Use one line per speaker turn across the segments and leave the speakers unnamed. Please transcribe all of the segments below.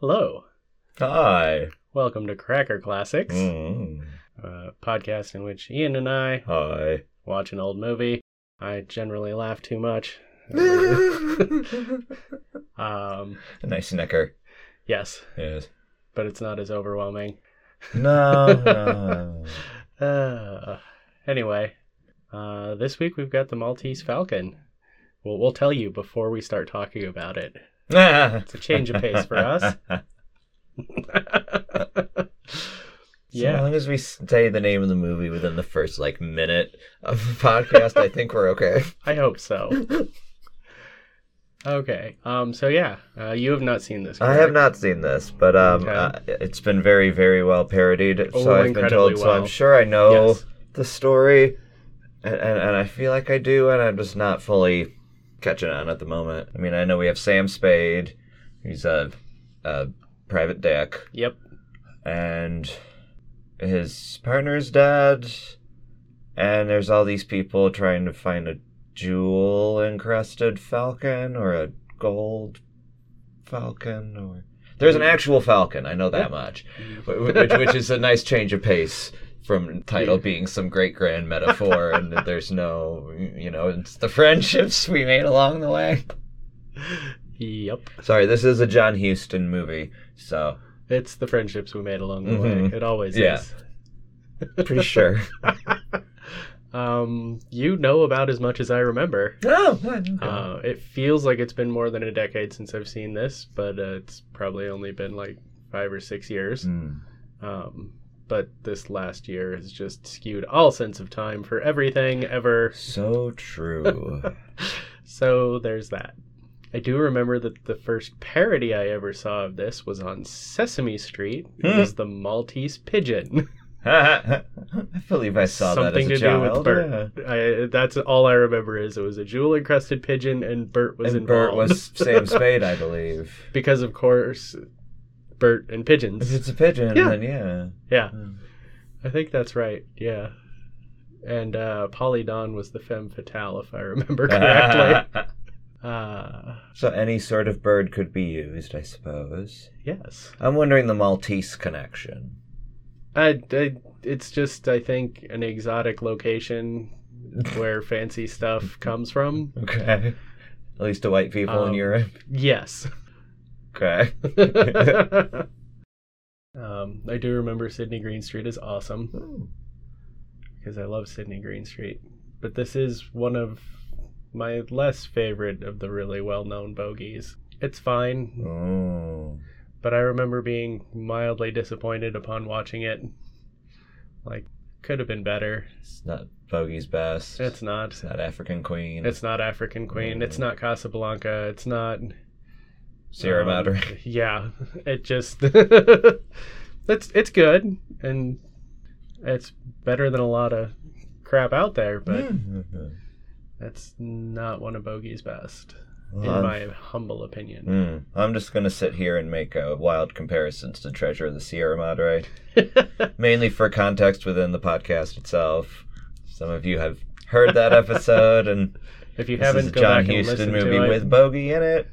Hello.
Hi.
Welcome to Cracker Classics,
Mm.
a podcast in which Ian and I
Hi.
watch an old movie. I generally laugh too much. Um,
nice snicker.
yes,
Yes.
but it's not as overwhelming.
No, no.
Uh, anyway, uh, this week we've got the Maltese Falcon. We'll, we'll tell you before we start talking about it.
it's
It's a change of pace for us.
As
yeah,
long as we say the name of the movie within the first like minute of the podcast, I think we're okay.
I hope so. Okay. Um. So yeah, uh, you have not seen this.
I have
correct?
not seen this, but um,
Okay.
uh, it's been very, very well parodied.
Oh,
so I've been
incredibly
told. So
well.
I'm sure I know
Yes.
the story, and, and and I feel like I do, and I'm just not fully catching on at the moment. I mean, I know we have Sam Spade, he's a, a private dick,
Yep.
and his partner's dead, and there's all these people trying to find a jewel encrusted falcon or a gold falcon or there's an actual falcon. I know that much, Wh- wh- which, which is a nice change of pace from title
Yeah.
being some great grand metaphor, and that there's no, you know, it's the friendships we made along the way.
Yep.
Sorry, this is a John Huston movie, so
It's the friendships we made along the
Mhm.
way. It always
Yeah.
is.
pretty sure.
Um, you know about as much as I remember.
oh, okay.
Uh, it feels like it's been more than a decade since I've seen this, but uh, it's probably only been like five or six years.
Mm.
Um, but this last year has just skewed all sense of time for everything ever.
So true.
So there's that. I do remember that the first parody I ever saw of this was on Sesame Street. It
Hmm.
was the Maltese Pigeon.
I believe I saw
Something
that as a
to do
child.
with Bert. I, that's all I remember is it was a jewel encrusted pigeon and Bert
yeah.
was
and
involved
Bert was Sam Spade, I believe.
because of course Bert and
If
pigeons.
it's a pigeon,
Yeah.
then yeah.
Yeah,
Mm.
I think that's right. Yeah, and uh, Polly Don was the femme fatale if I remember correctly. uh,
so any sort of bird could be used, I suppose.
yes,
I'm wondering the Maltese connection.
I, I, it's just I think an exotic location where fancy stuff comes from.
Okay. At least to white people
Um,
in Europe.
Yes.
Okay.
um, I do remember Sydney Greenstreet is awesome
Hmm.
because I love Sydney Greenstreet. But this is one of my less favorite of the really well known bogeys. It's fine,
Oh.
but I remember being mildly disappointed upon watching it. Like, could have been better.
It's not Bogey's best.
It's not.
It's not African Queen.
It's not African Queen. It's not Casablanca. It's not.
Sierra
um,
Madre.
Yeah, it just it's it's good and it's better than a lot of crap out there, but
Mm. Hmm.
that's not one of Bogey's best, in
Well,
my humble opinion.
Mm. I'm just gonna sit here and make uh, wild comparisons to Treasure of the Sierra Madre, mainly for context within the podcast itself. Some of you have heard that episode, and
if you
this is a
haven't, go
John
back and listen
Huston movie
to it.
with Bogey in it.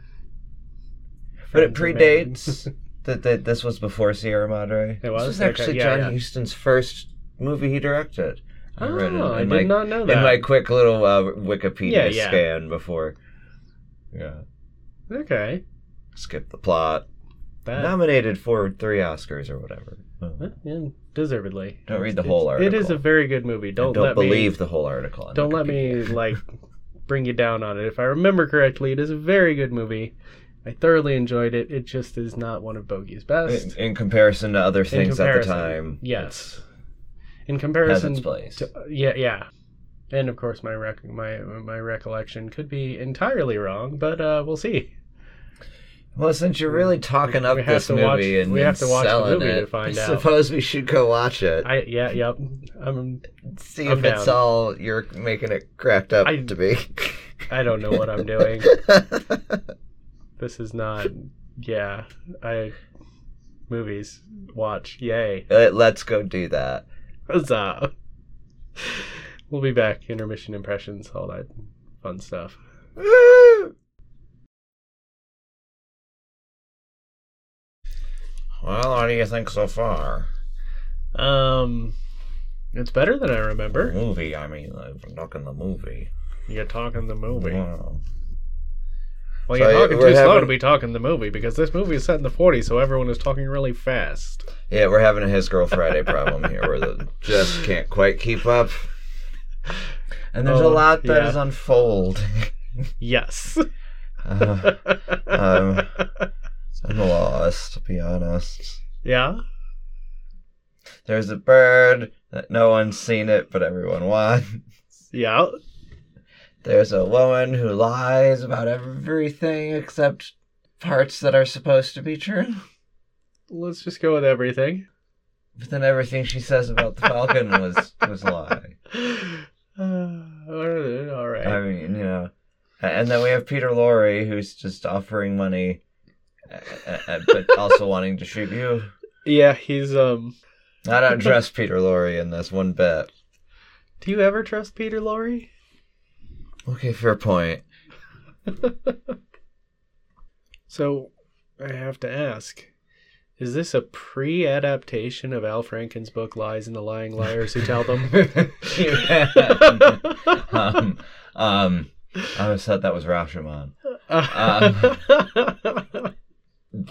But it
Friends of mine.
predates that. That this was before Sierra Madre.
It was?
This was
Okay,
actually
yeah,
John
yeah.
Huston's first movie he directed. I read it
Oh, I
in
did
my-
not know
In
that.
my quick little uh, Wikipedia
Yeah, yeah.
scan before, yeah,
Okay,
skip the plot.
that
nominated for three Oscars or whatever.
yeah, deservedly.
Don't read the
It's-
whole article.
It is a very good movie. Don't,
Don't,
let
believe
me
the whole article. on
don't let me
Wikipedia.
like bring you down on it. If I remember correctly, it is a very good movie. I thoroughly enjoyed it. It just is not one of Bogey's best.
In, in comparison to other
In
things at the
comparison,
time,
Yes. In
it has
comparison,
its place.
to- yeah, yeah, and of course my rec- my my recollection could be entirely wrong, but uh, we'll see.
Well, since you're really talking up
we have
this
to
movie
watch-
and
we have to
and
watch the
selling
movie
it,
to find
I
out.
suppose we should go watch it.
I yeah yep. I'm
See
I'm
if it's
down.
all you're making it cracked up
I-
to be.
I don't know what I'm doing. This is not yeah. I movies watch yay
Uh, Let's go do that.
huzzah. We'll be back. Intermission impressions, all that fun stuff.
Well, what do you think so far?
Um, it's better than I
The
remember.
movie, I mean, like, we're talking the movie.
You're talking the movie.
Wow.
Well,
So
you're talking
we're
too slow to
having-
be talking the movie because this movie is set in the 40s, so everyone is talking really fast.
Yeah, we're having a His Girl Friday problem here where the just can't quite keep up. And there's
Oh,
a lot that is
yeah.
unfolding.
Yes.
Uh, Um, I'm lost, to be honest.
yeah.
There's a bird that no one's seen it, but everyone wants.
Yeah.
There's a woman who lies about everything except parts that are supposed to be true.
Let's just go with everything.
But then everything she says about the Falcon was was a lie.
Uh, all right.
I mean, you know. And then we have Peter Lorre who's just offering money, uh, uh, uh, but also wanting to shoot you.
yeah, he's um.
I don't trust Peter Lorre in this one bit.
Do you ever trust Peter Lorre?
Okay, fair point.
So, I have to ask: Is this a pre-adaptation of Al Franken's book *Lies and the Lying Liars Who Tell Them*?
Yeah. um, um, I always thought that was Rashomon. Um,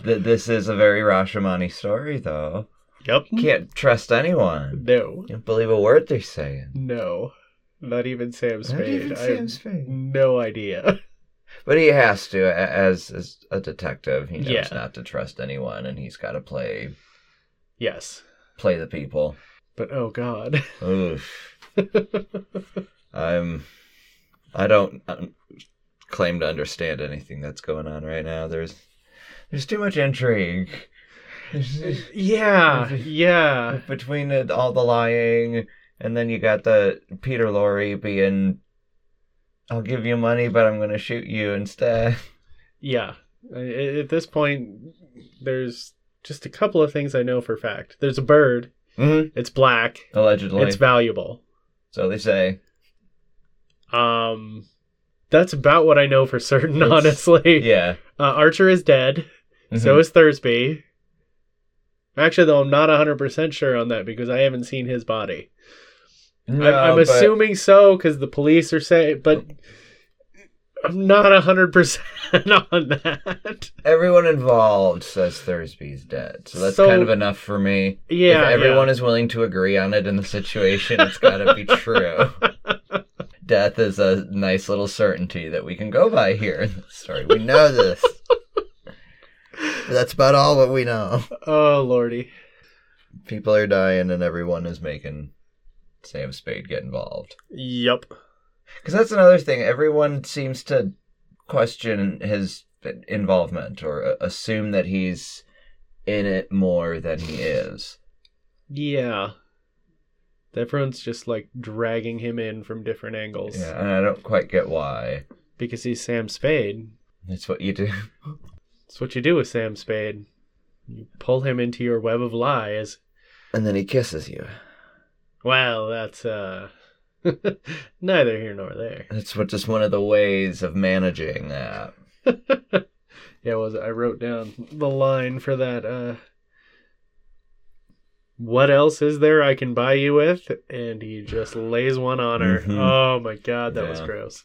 Th- this is a very Rashomani story, though.
yep.
Can't trust anyone.
No.
Can't believe a word they're saying.
No. Not even Sam Spade.
Not even
I
Sam
have
Spade.
no idea.
But he has to, a- as as a detective, he knows
Yeah.
not to trust anyone, and he's got to play
yes.
play the people.
But oh god.
Oof. I'm. I don't um, claim to understand anything that's going on right now. There's there's too much intrigue. There's- uh,
yeah. Yeah.
between it, all the lying and then you got the Peter Lorre being I'll give you money but I'm going to shoot you instead.
Yeah. I- I- At this point, there's just a couple of things I know for fact. There's a bird.
Mm-hmm.
It's black.
Allegedly.
It's valuable.
so they say.
Um, that's about what I know for certain,
It's-
honestly.
Yeah.
Uh, Archer is dead. So
Mhm.
is Thursby. Actually, though, I'm not 100% sure on that because I haven't seen his body.
No,
I'm, I'm
but-
assuming so because the police are saying, but
Oh.
I'm not 100% on that.
everyone involved says Thursby's dead. So that's
So-
kind of enough for me.
Yeah.
if everyone
yeah.
is willing to agree on it in the situation, it's got to be true. Death is a nice little certainty that we can go by here in this story. We know this. That's about all that we know.
Oh, lordy.
People are dying, and everyone is making Sam Spade get involved.
Yep.
Because that's another thing. Everyone seems to question his involvement or uh, assume that he's in it more than he is.
Yeah. Everyone's just like dragging him in from different angles
Yeah, and I don't quite get why.
because he's Sam Spade.
That's what you do.
That's what you do with Sam Spade. You pull him into your web of lies.
And then he kisses you.
Well, that's uh neither here nor there.
That's what just one of the ways of managing that.
Yeah, was I wrote down the line for that uh what else is there I can buy you with? And he just lays one on her.
Mhm.
Oh my god, that was
Yeah.
gross.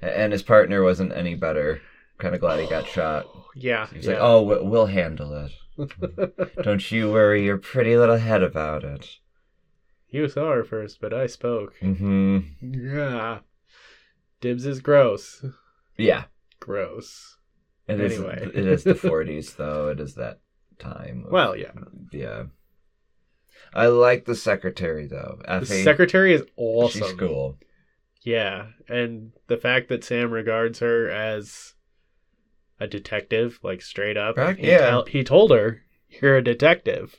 A- And his partner wasn't any better. Kind of glad he got shot.
Yeah.
He's
yeah.
like, "Oh, we- we'll handle it. Don't you worry your pretty little head about it."
You saw her first, but I spoke.
hmm
Mm. Yeah. Dibs is gross.
Yeah.
Gross.
It is.
Anyway.
it is the '40s, though. It is that time. of-
Well, yeah.
yeah. I like the secretary though.
The
Effie,
secretary is awesome.
she's cool.
Yeah, and the fact that Sam regards her as a detective, like straight up,
Right,
he,
yeah.
tell- he told her, "You're a detective."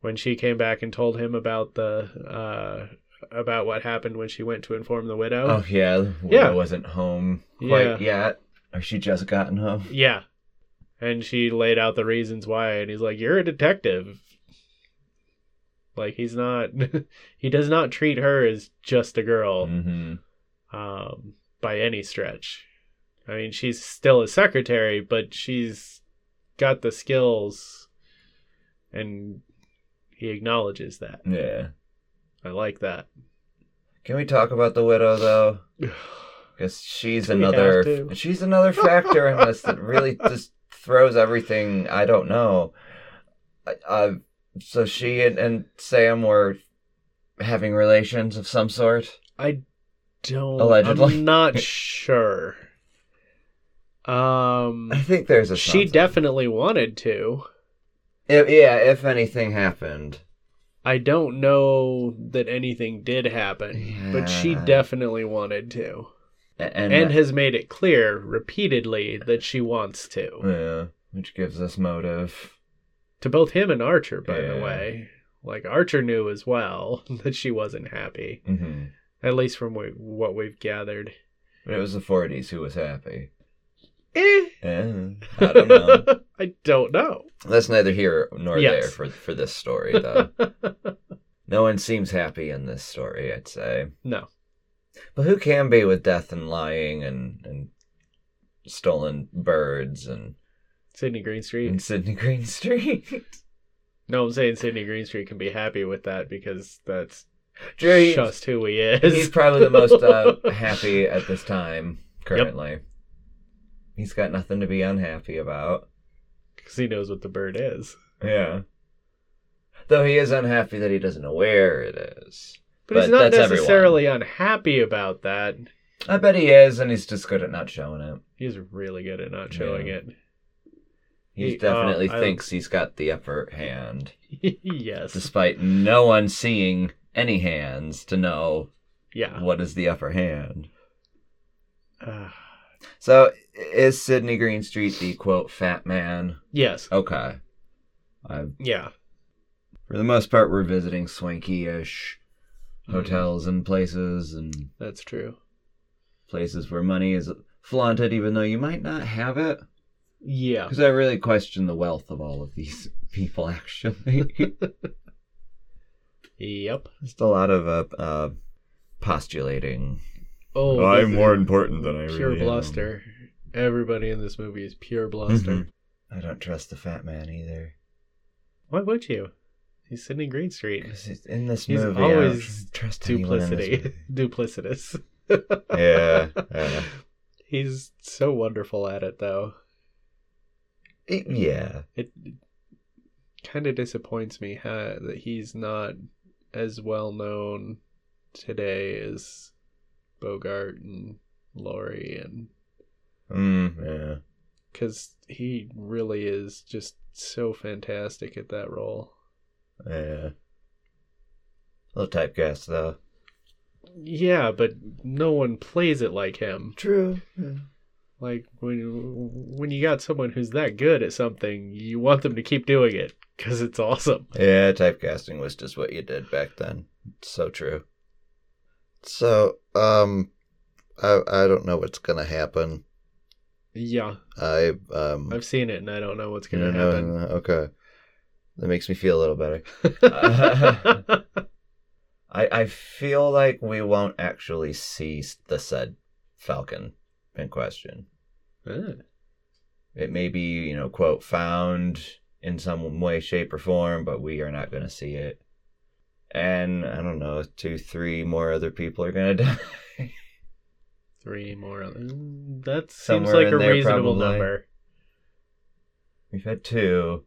When she came back and told him about the uh, about what happened when she went to inform the widow,
Oh yeah,
Yeah.
Widow wasn't home
Yeah.
quite yet, or she just gotten home.
yeah, and she laid out the reasons why, and he's like, "You're a detective." Like he's not, he does not treat her as just a girl.
Mm-hmm.
um, by any stretch. I mean, she's still a secretary, but she's got the skills and he acknowledges that.
Yeah.
I like that.
Can we talk about the widow though? Because she's
We have
another
to.
she's another factor in this that really just throws everything. I don't know. I, I, so she and, and Sam were having relations of some sort.
I don't.
Allegedly.
I'm not sure. Um,
I think there's a
she
something.
definitely wanted to.
If- yeah, if anything happened.
I don't know that anything did happen, but she
Yeah.
definitely wanted to,
A-
and,
and,
has made it clear repeatedly that she wants to.
yeah, which gives us motive.
To both him and Archer, by the
Yeah.
way. Like Archer knew as well that she wasn't happy,
hmm
at least from we- what we've gathered.
But it was the 40s who was happy.
Eh.
Eh, I don't know.
I don't know.
That's neither here nor
Yes.
there for for this story though. no one seems happy in this story, I'd say.
No.
But who can be with death and lying and and stolen birds and,
Sydney Greenstreet.
and Sydney Greenstreet?
No, I'm saying Sydney Greenstreet can be happy with that because that's
Jerry,
just who he
he's
is.
probably the most uh, happy at this time currently. He's got nothing to be unhappy about.
Because he knows what the bird is.
Yeah. Though he is unhappy that he doesn't know where it is.
But, he's
But
not
that's everyone.
necessarily unhappy about that.
I bet he is, and he's just good at not showing it.
He's really good at not showing
Yeah.
it.
He
He-
definitely
uh, I-
thinks he's got the upper hand,
yes.
despite no one seeing any hands to know
yeah.
what is the upper hand.
Uh,
So, is Sidney Greenstreet the quote fat man?
yes.
Okay. I,
Yeah.
for the most part, we're visiting swanky ish
Mm-hmm.
hotels and places and
That's true.
places where money is flaunted, even though you might not have it.
Yeah.
Because I really question the wealth of all of these people, actually.
Yep.
Just a lot of uh, uh, postulating.
Oh, this is
important than I
pure bluster. Everybody in this movie is pure bluster.
Mhm. I don't trust the fat man either.
Why would you? He's Sydney Greenstreet.
Because in this
He's
movie,
always
I don't trust anyone in this
Duplicity. Duplicitous.
movie. yeah. yeah.
He's so wonderful at it, though.
It- yeah.
It kind of disappoints me huh, that he's not as well known today as Bogart and Laurie, and
Mm, yeah.
because he really is just so fantastic at that role.
Yeah. little typecast, though.
Yeah, but no one plays it like him.
True.
Like when when you got someone who's that good at something, you want them to keep doing it because it's awesome.
Yeah, typecasting was just what you did back then. It's so true.
So, um, I I don't know what's gonna happen.
Yeah,
I um,
I've seen it, and I don't know what's
you know,
gonna happen.
okay, that makes me feel a little better.
I, I feel like we won't actually see the said Falcon in question.
Ah,
It may be, you know, quote, found in some way, shape, or form, but we are not going to see it. And I don't know, two, three more other people are going to die.
three more. other- Mm, That seems
Somewhere
like
in
a
there,
reasonable
probably.
number.
We've had two,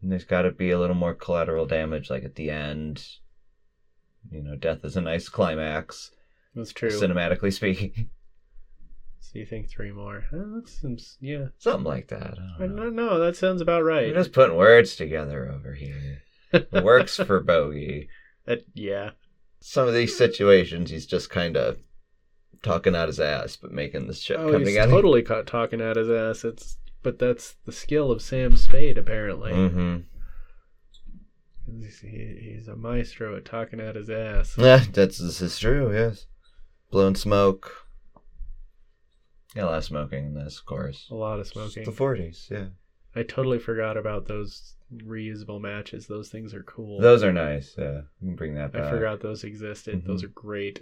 and there's got to be a little more collateral damage, like at the end. You know, death is a nice climax,
That's true.
cinematically speaking.
so you think three more? Ah, that seems yeah.
Something like that. I
I
don't know.
don't know. That sounds about right.
We're just putting words together over here. Works for Bogey.
That- yeah.
Some of these situations, he's just kind of talking out his ass, but making this shit
Oh,
come
he's
together.
totally caught talking out his ass. It's but that's the skill of Sam Spade apparently.
Mm-hmm.
He's, he- he's a maestro at talking out his ass.
Yeah, that's this is true. Yes,
Blown smoke.
yeah, a lot of smoking in this, of course.
A lot of
It's
smoking.
The forties, yeah.
I totally forgot about those reusable matches. Those things are cool.
Those uh, are nice. Yeah, we can bring that
I
back.
forgot those existed.
mhm.
Those are great.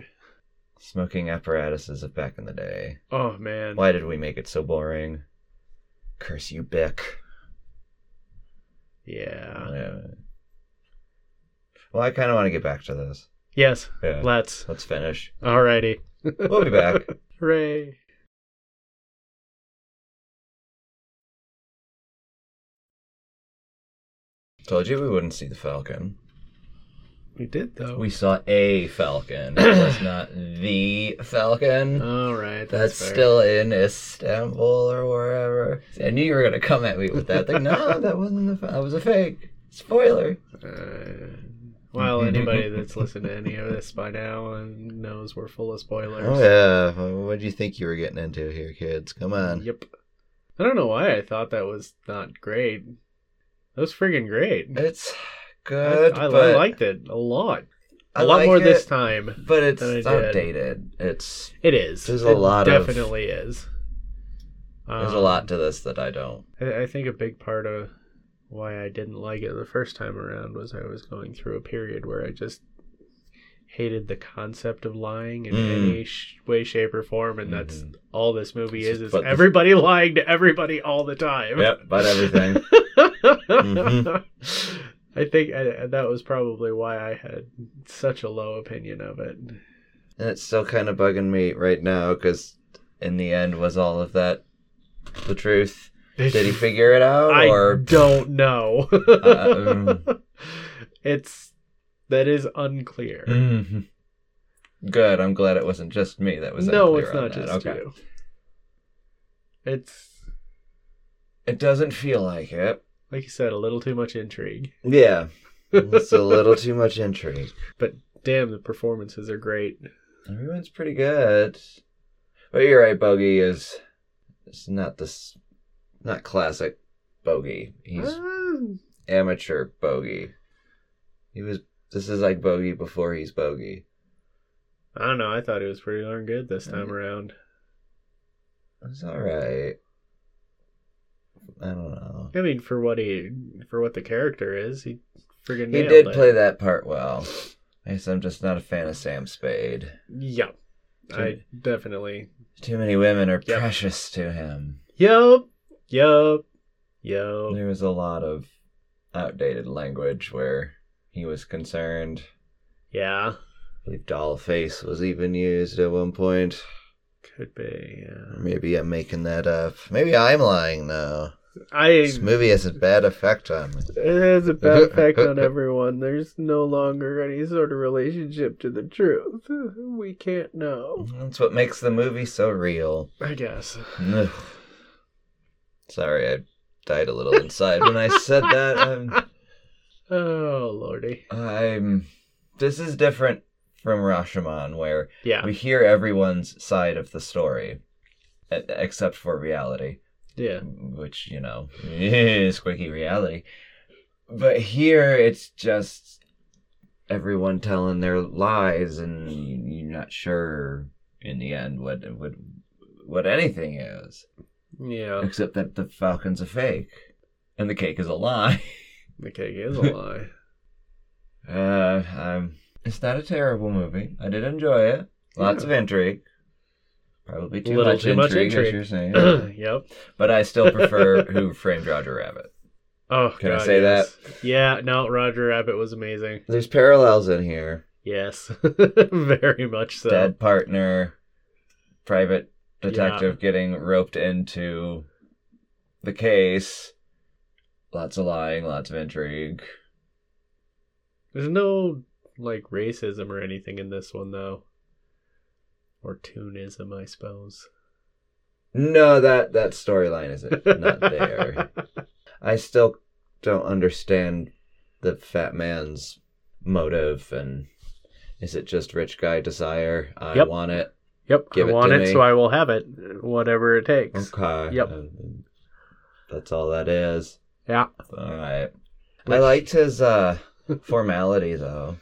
Smoking apparatuses of back in the day.
Oh man.
Why did we make it so boring? Curse you, Bick.
Yeah.
Yeah. Well, I kind of want to get back to this.
Yes.
Yeah.
Let's.
Let's finish.
Alrighty.
We'll be back.
Hooray.
Told you we wouldn't see the Falcon.
We did though.
We saw a Falcon. It was not the Falcon.
All right.
That's
Oh, fair.
still in Istanbul or wherever. See, I knew you were gonna come at me with that thing. No, that wasn't the. fa- That was a fake. Spoiler.
Uh, well,
Mm-hmm.
anybody that's listened to any of this by now uh, knows we're full of spoilers.
Oh yeah. What do you think you were getting into here, kids? Come on.
Yep. I don't know why I thought that was not great. That was friggin' great.
It's
I,
good,
I- I
but
liked it a lot.
I
A lot
like
more
it,
this time.
But it's
than I did.
outdated. It's
It is.
There's
it
a lot of-
definitely is.
there's a
Um,
lot to this that I don't.
I, I think a big part of why I didn't like it the first time around was I was going through a period where I just hated the concept of lying in
Mm.
any sh- way, shape, or form, and that's
Mhm.
all this movie
It's
is:
just
is
put the-
everybody lying to everybody all the time.
Yep, about everything. Mhm.
I think I, that was probably why I had such a low opinion of it.
And it's still kind of bugging me right now because, in the end, was all of that the truth? Did he figure it out?
I
or
don't know.
Oh, Uh,
it's that is unclear.
Mhm. Good. I'm glad it wasn't just me that was
no,
unclear
it's
on
not
that.
just
okay.
you. It's
It doesn't feel like it.
like you said, a little too much intrigue.
Yeah,
It's a little too much intrigue.
Damn, the performances are great.
everyone's pretty good, but you're right. Bogey is it's not this, not classic Bogey. He's
Ah,
amateur Bogey. He was. This is like Bogey before he's Bogey.
I don't know. I thought it was pretty darn good this time
Mm.
around.
It's all right. I don't know.
I mean, for what he, for what the character is, he friggin'
He
nailed
did
it.
play that part well. I guess I'm just not a fan of Sam Spade.
Yeah, I
Dude.
definitely.
Too many women are
Yep.
precious to him.
Yup, yup, yup.
There was a lot of outdated language where he was concerned.
Yeah,
I believe Dolph.
Face was even used at one point.
could be. Yeah.
Maybe I'm making that up. Maybe I'm lying now.
I
This movie has a bad effect on me.
It has a bad effect on everyone. There's no longer any sort of relationship to the truth. We can't know.
That's what makes the movie so real.
I guess.
Ugh. Sorry, I died a little inside when I said that. I'm,
Oh lordy.
I'm. This is different from Rashomon, where
Yeah.
we hear everyone's side of the story e- except for reality
Yeah.
which you know is squeaky reality but here it's just everyone telling their lies and you- you're not sure in the end what what what anything is
Yeah.
except that the falcon's a fake and the cake is a lie
The cake is a lie.
uh um it's not a terrible movie i did enjoy it lots
Yeah.
of intrigue probably too
Little
much
too much
intrigue, as
intrigue.
you're saying
yep.
But I still prefer Who Framed Roger Rabbit.
Oh
Can I
God,
say
yes. Yeah, no, Roger Rabbit was amazing.
There's parallels in here.
Yes. Very much so.
Dead partner, private detective getting roped into the case. Lots of lying, lots of intrigue.
There's no like racism or anything in this one though. Or tunism, I suppose.
No, that that storyline is not there. I still don't understand the fat man's motive and is it just rich guy desire? I
Yep.
want it.
Yep,
Give
I
it
want
to
it,
me.
so I will have it, whatever it takes.
Okay.
Yep.
Um, That's all that is.
Yeah.
All right. I
Which-
liked his uh formality though.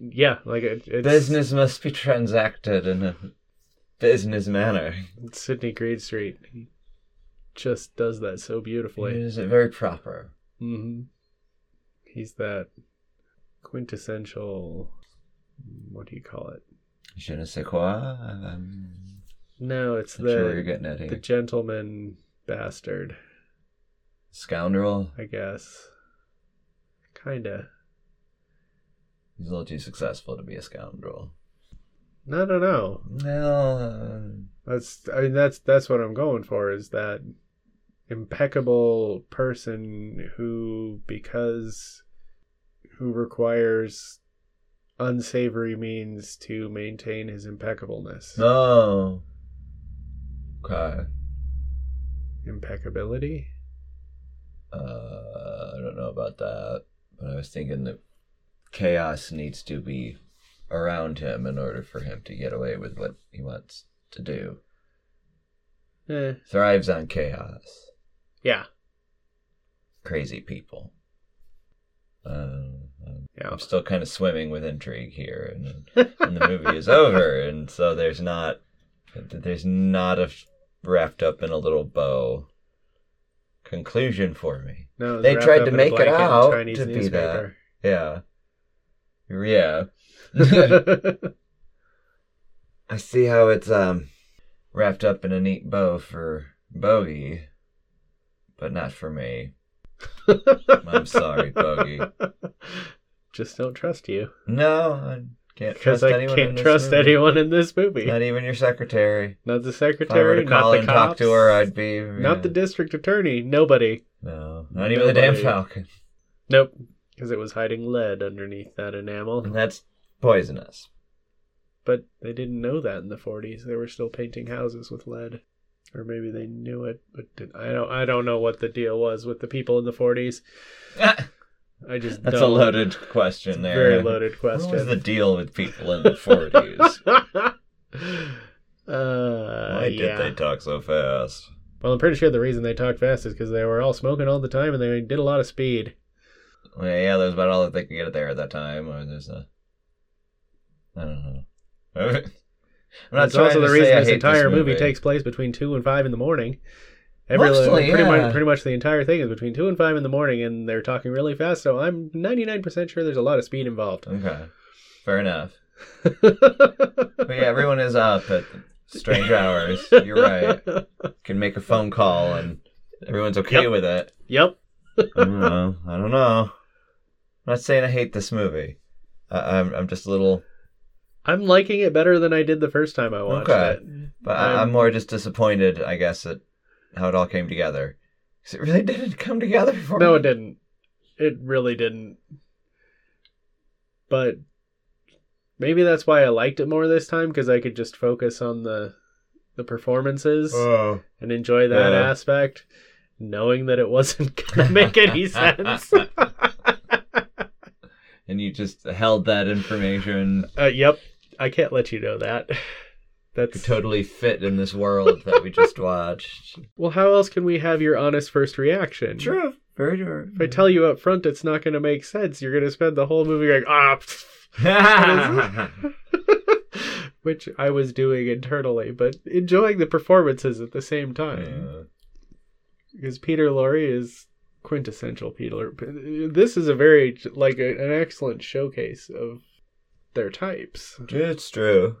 Yeah, like it, it's
Business must be transacted in a business manner.
Sydney Green Street he just does that so beautifully.
Is it very proper?
hmm He's that quintessential. What do you call it?
Je ne sais quoi. Um,
No, it's
not sure where you're
the
getting at
the
here.
gentleman bastard.
Scoundrel.
I guess Kinda.
He's a little too successful to be a scoundrel. uh,
No, no, no.
Well,
That's I mean that's that's what I'm going for is that impeccable person who because who requires unsavory means to maintain his impeccableness.
uh, oh. Okay.
Impeccability?
Uh, I don't know about that, but I was thinking that chaos needs to be around him in order for him to get away with what he wants to do.
Eh.
Thrives on chaos.
Yeah.
Crazy people. Um, um,
Yeah.
I'm still kind of swimming with intrigue here, and, and the movie is over, and so there's not there's not a f- wrapped up in a little bow conclusion for me.
No, it's
They
wrapped
tried
up
to
in a
make it
blanket and
out
Chinese
to be that.
newspaper.
Yeah, yeah. I see how it's um wrapped up in a neat bow for Bogey, but not for me. I'm sorry, Bogey.
Just don't trust you
No, I can't
because
trust
I
anyone. in
can't
this
trust
movie.
anyone in this movie.
Not even your secretary.
Not the
If I were
secretary,
to call
not the
and
cops,
talk to her, I'd be
not the district attorney, nobody.
no, not even the damn
Nobody.
falcon.
Nope, because it was hiding lead underneath that enamel.
That's poisonous.
But they didn't know that in the 40s. They were still painting houses with lead, or maybe they knew it, but did, I don't. I don't know what the deal was with the people in the 40s.
That's
I just
a
don't.
loaded question.
It's a
there,
very loaded
What was
question.
the deal with people in the forties?
uh,
Why
yeah.
did they talk so fast?
Well, I'm pretty sure the reason they talked fast is because they were all smoking all the time and they did a lot of speed.
Well, yeah, that was about all that they could get there at that time. Or there's a, I don't know. I'm not
That's also
trying to
the
say
reason
I
this
hate
entire movie.
movie
takes place between two and five in the morning. Every
Mostly,
pretty,
yeah.
much, pretty much the entire thing is between two and five in the morning, and they're talking really fast. So I'm 99% sure there's a lot of speed involved.
Okay, fair enough. But yeah, everyone is up at strange hours. You're right. Can make a phone call and everyone's okay
Yep.
with it.
Yep.
I don't know. I don't know. I'm not saying I hate this movie. I, I'm I'm just a little.
I'm liking it better than I did the first time I watched
Okay.
it.
But I'm,
I'm-
I'm more just disappointed, I guess, at how it all came together. 'Cause it really didn't come together for
No,
me.
it didn't. It really didn't. But maybe that's why I liked it more this time because I could just focus on the the performances
Oh.
and enjoy that
yeah.
aspect, knowing that it wasn't gonna make any sense. Uh,
And you just held that information.
uh, yep, I can't let you know that.
Could
That's
totally fit in this world that we just watched.
well. How else can we have your honest first reaction?
True. Very true.
If I tell you up front, it's not going to make sense. You're going to spend the whole movie going ah. pff." which I was doing internally, but enjoying the performances at the same time. Because Peter Lorre is quintessential Peter. This is a very like a, an excellent showcase of their types.
It's true.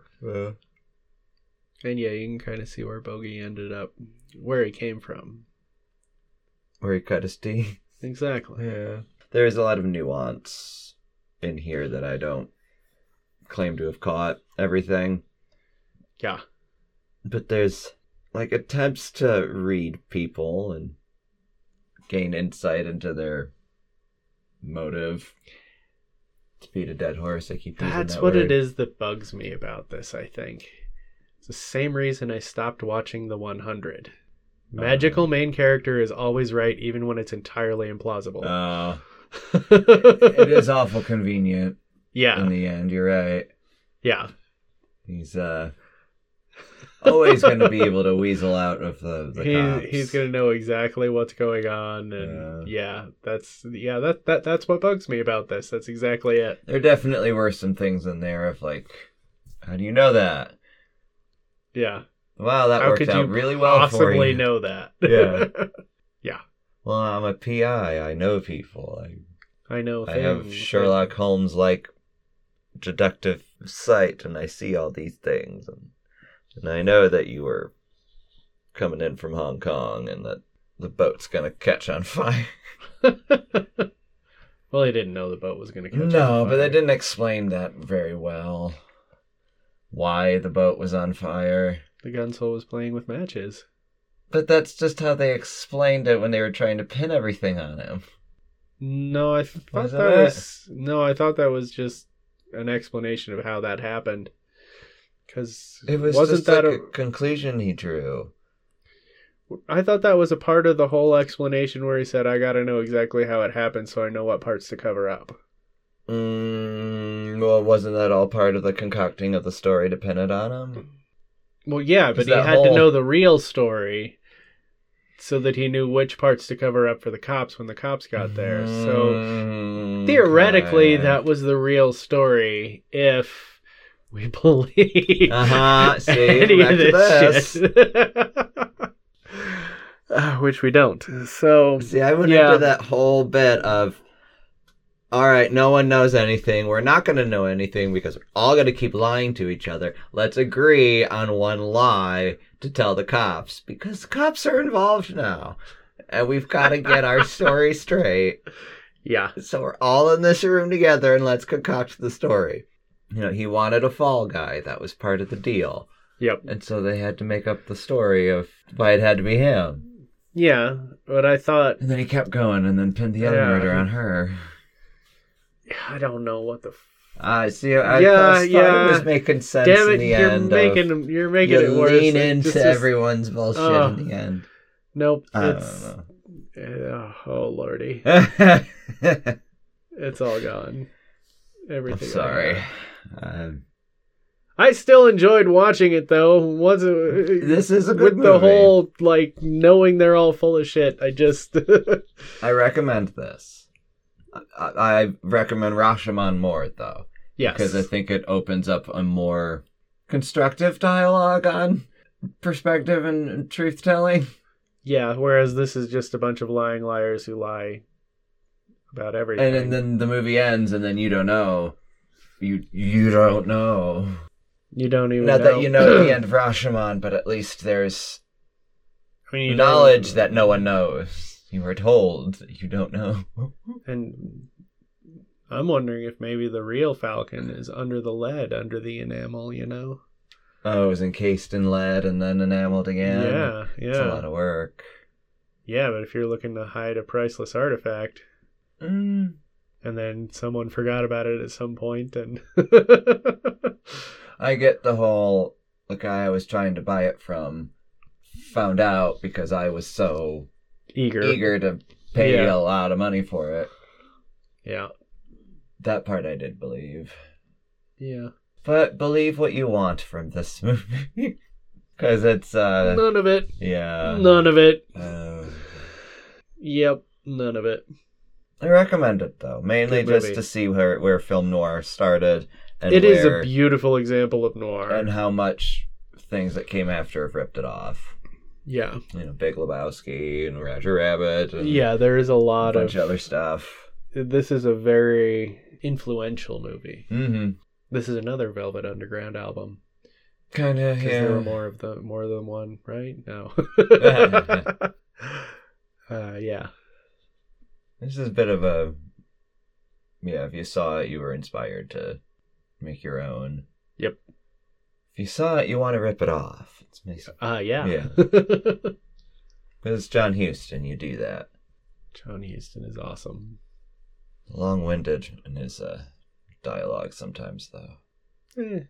And yeah, you can kind of see where Bogey ended up, where he came from.
Where he cut his teeth.
Exactly.
Yeah. There is a lot of nuance in here that I don't claim to have caught everything.
Yeah.
But there's like attempts to read people and gain insight into their motive. To beat a dead horse, I keep using
That's
that
what
word.
it is that bugs me about this, I think. It's the same reason I stopped watching The 100.
Uh.
Magical main character is always right, even when it's entirely implausible.
Uh, it is awful convenient
Yeah.
in the end. You're right.
Yeah.
He's uh always going to be able to weasel out of the, the cops.
He, he's gonna know exactly what's going on, and yeah. that's yeah that that that's what bugs me about this. That's exactly it.
There definitely were some things in there of like, how do you know that?
Yeah,
Wow, that
how
worked
could
out
you
really well for
possibly
you.
know that?
Yeah. Well, I'm a PI. I know people. I,
I know.
I have
things.
Sherlock Holmes like deductive sight, and I see all these things, and and I know that you were coming in from Hong Kong, and that the boat's gonna catch on fire.
Well, they didn't know the boat was going to catch on
No, but
fire.
they didn't explain that very well. Why the boat was on fire.
The gunsel was playing with matches.
But that's just how they explained it when they were trying to pin everything on him.
No, I th- thought
Wasn't
that
it?
was no. I thought that was just an explanation of how that happened. Because
It was
wasn't
just
that
like
a-
a conclusion he drew.
I thought that was a part of the whole explanation where he said, "I got to know exactly how it happened, so I know what parts to cover up."
Mm, well, wasn't that all part of the concocting of the story to pin it on him?
Well, yeah, but
Is
he
that
had to
whole-
know the real story so that he knew which parts to cover up for the cops when the cops got there. So
Mm,
theoretically,
okay.
that was the real story if we believe.
Uh-huh, see,
any
back
of
to
this shit. Uh, Which we don't. So
See, I went
Yeah.
into that whole bit of, all right, no one knows anything. We're not going to know anything because we're all going to keep lying to each other. Let's agree on one lie to tell the cops because the cops are involved now. And we've got to get our story straight.
yeah,
So we're all in this room together and let's concoct the story. You know, he wanted a fall guy. That was part of the deal.
yep,
And so they had to make up the story of why it had to be him.
yeah. But I thought
And then he kept going and then pinned the other
Yeah.
murder on her.
I don't know what the. F-
I see.
Yeah,
I yeah, yeah.
yeah.
it was making sense
Damn
in
it!
the
You're
end.
making
of,
you're making
you
it worse.
lean
It
into
just- just-
everyone's bullshit
Ugh.
in the end.
Nope.
I
It's, uh, oh lordy,
don't know.
it's all gone.
I'm
Everything. I
sorry.
had.
Um,
I still enjoyed watching it though. Was
this is a good
with
movie.
the whole like knowing they're all full of shit. I just
I recommend this. I, I recommend Rashomon more though,
yes.
because I think it opens up a more constructive dialogue on perspective and truth telling.
Yeah, whereas this is just a bunch of lying liars who lie about everything.
and, and then the movie ends and then you don't know you you don't know
you don't even
not
know.
that you know the end of rashomon but at least there's
I mean, you know-
knowledge that no one knows you were told that you don't know
And I'm wondering if maybe the real Falcon is under the lead, under the enamel. You know?
oh it was encased in lead and then enameled again
yeah,
it's a lot
yeah.
of work
Yeah, But if you're looking to hide a priceless artifact,
mm.
and then someone forgot about it at some point, and
i get the whole the guy i was trying to buy it from found out because i was so
eager,
eager to pay
Yeah.
a lot of money for it
yeah,
that part i did believe
yeah.
But believe what you want from this movie. Because it's, uh,
none of it.
yeah.
none of it.
Uh,
Yep. None of it.
I recommend it, though. Mainly
Good
just
movie.
to see where, where film noir started and,
It is
where,
a beautiful example of noir.
and how much things that came after have ripped it off.
yeah.
You know, Big Lebowski and Roger Rabbit and
Yeah, there is a
a
lot
bunch
of
of other stuff.
this is a very influential movie.
Mm
This is another Velvet Underground album.
hmm. Kind of,
'Cause
yeah.
there were more of the more than one, right? No. uh, yeah.
This is a bit of a. Yeah, if you saw it, you were inspired to make your own.
Yep.
If you saw it, you want to rip it off. It's nice.
Uh yeah.
Yeah. Because John Houston, you do that.
John Houston is awesome.
Long winded in his uh, dialogue sometimes, though.
Eh,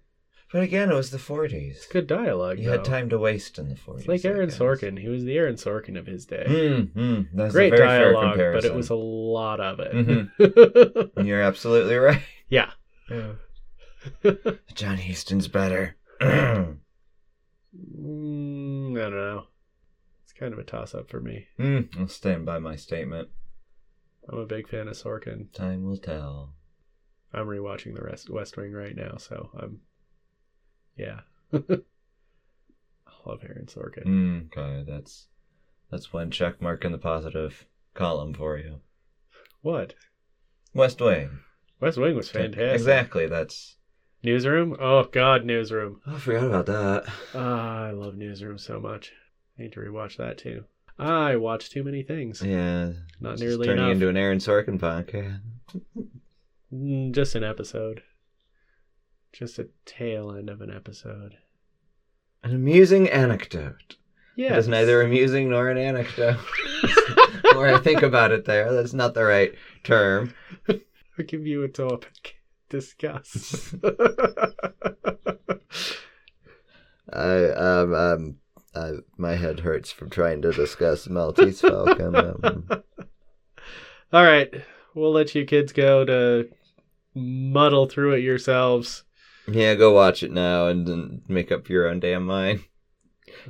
But again, it was the 40s.
good dialogue.
You had
though.
time to waste in the 40s.
It's like Aaron Sorkin. He was the Aaron Sorkin of his day.
Mm, mm, that's
Great
a very fair
dialogue, but it
comparison. Mm-hmm.
was a lot of it.
And You're absolutely right.
yeah.
John Houston's better.
Mm,
Hmm,
I don't know. It's kind of a toss up for me.
Mm, I'll stand by my statement.
I'm a big fan of Sorkin.
Time will tell.
I'm rewatching the rest West Wing right now, so I'm yeah. I love Aaron Sorkin.
Mm, okay, that's that's one check mark in the positive column for you.
What?
West Wing.
West Wing was fantastic.
Exactly. That's.
Newsroom? Oh god, Newsroom.
I forgot about that.
Ah, I love Newsroom so much. I need to rewatch that too. I watch too many things.
Yeah.
Not
it's
nearly
turning
enough.
into an Aaron Sorkin podcast.
Mm, Just an episode. Just a tail end of an episode.
An amusing anecdote.
Yeah.
It is neither amusing nor an anecdote. the more I think about it there, that's not the right term.
I'll give you a topic. Discuss.
I um, um I my head hurts from trying to discuss Maltese Falcon. Um,
All right. We'll let you kids go to muddle through it yourselves.
Yeah, go watch it now and, then make up your own damn mind.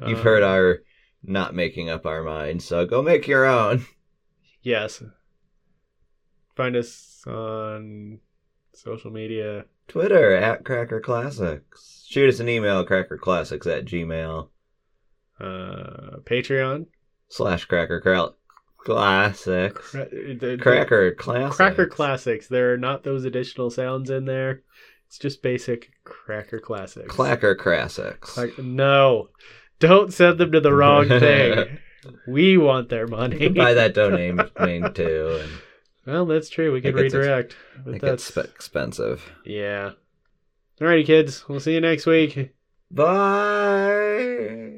You've
Uh,
heard our not making up our mind, so go make your own.
Yes. Find us on social media.
Twitter at Cracker Classics. Shoot us an email, crackerclassics at gmail
Uh, Patreon.
slash Cracker Cra- Classics.
Cra- the-
Cracker Classics.
Cracker Classics. There are not those additional sounds in there. It's just basic Cracker Classics.
Clacker Classics.
Clack- no. Don't send them to the wrong thing. we want their
You
money.
can buy that domain name too. And
Well, that's true. We can
It gets ex-
redirect. But
it
that's
gets expensive.
yeah. Alrighty, kids. We'll see you next week.
Bye.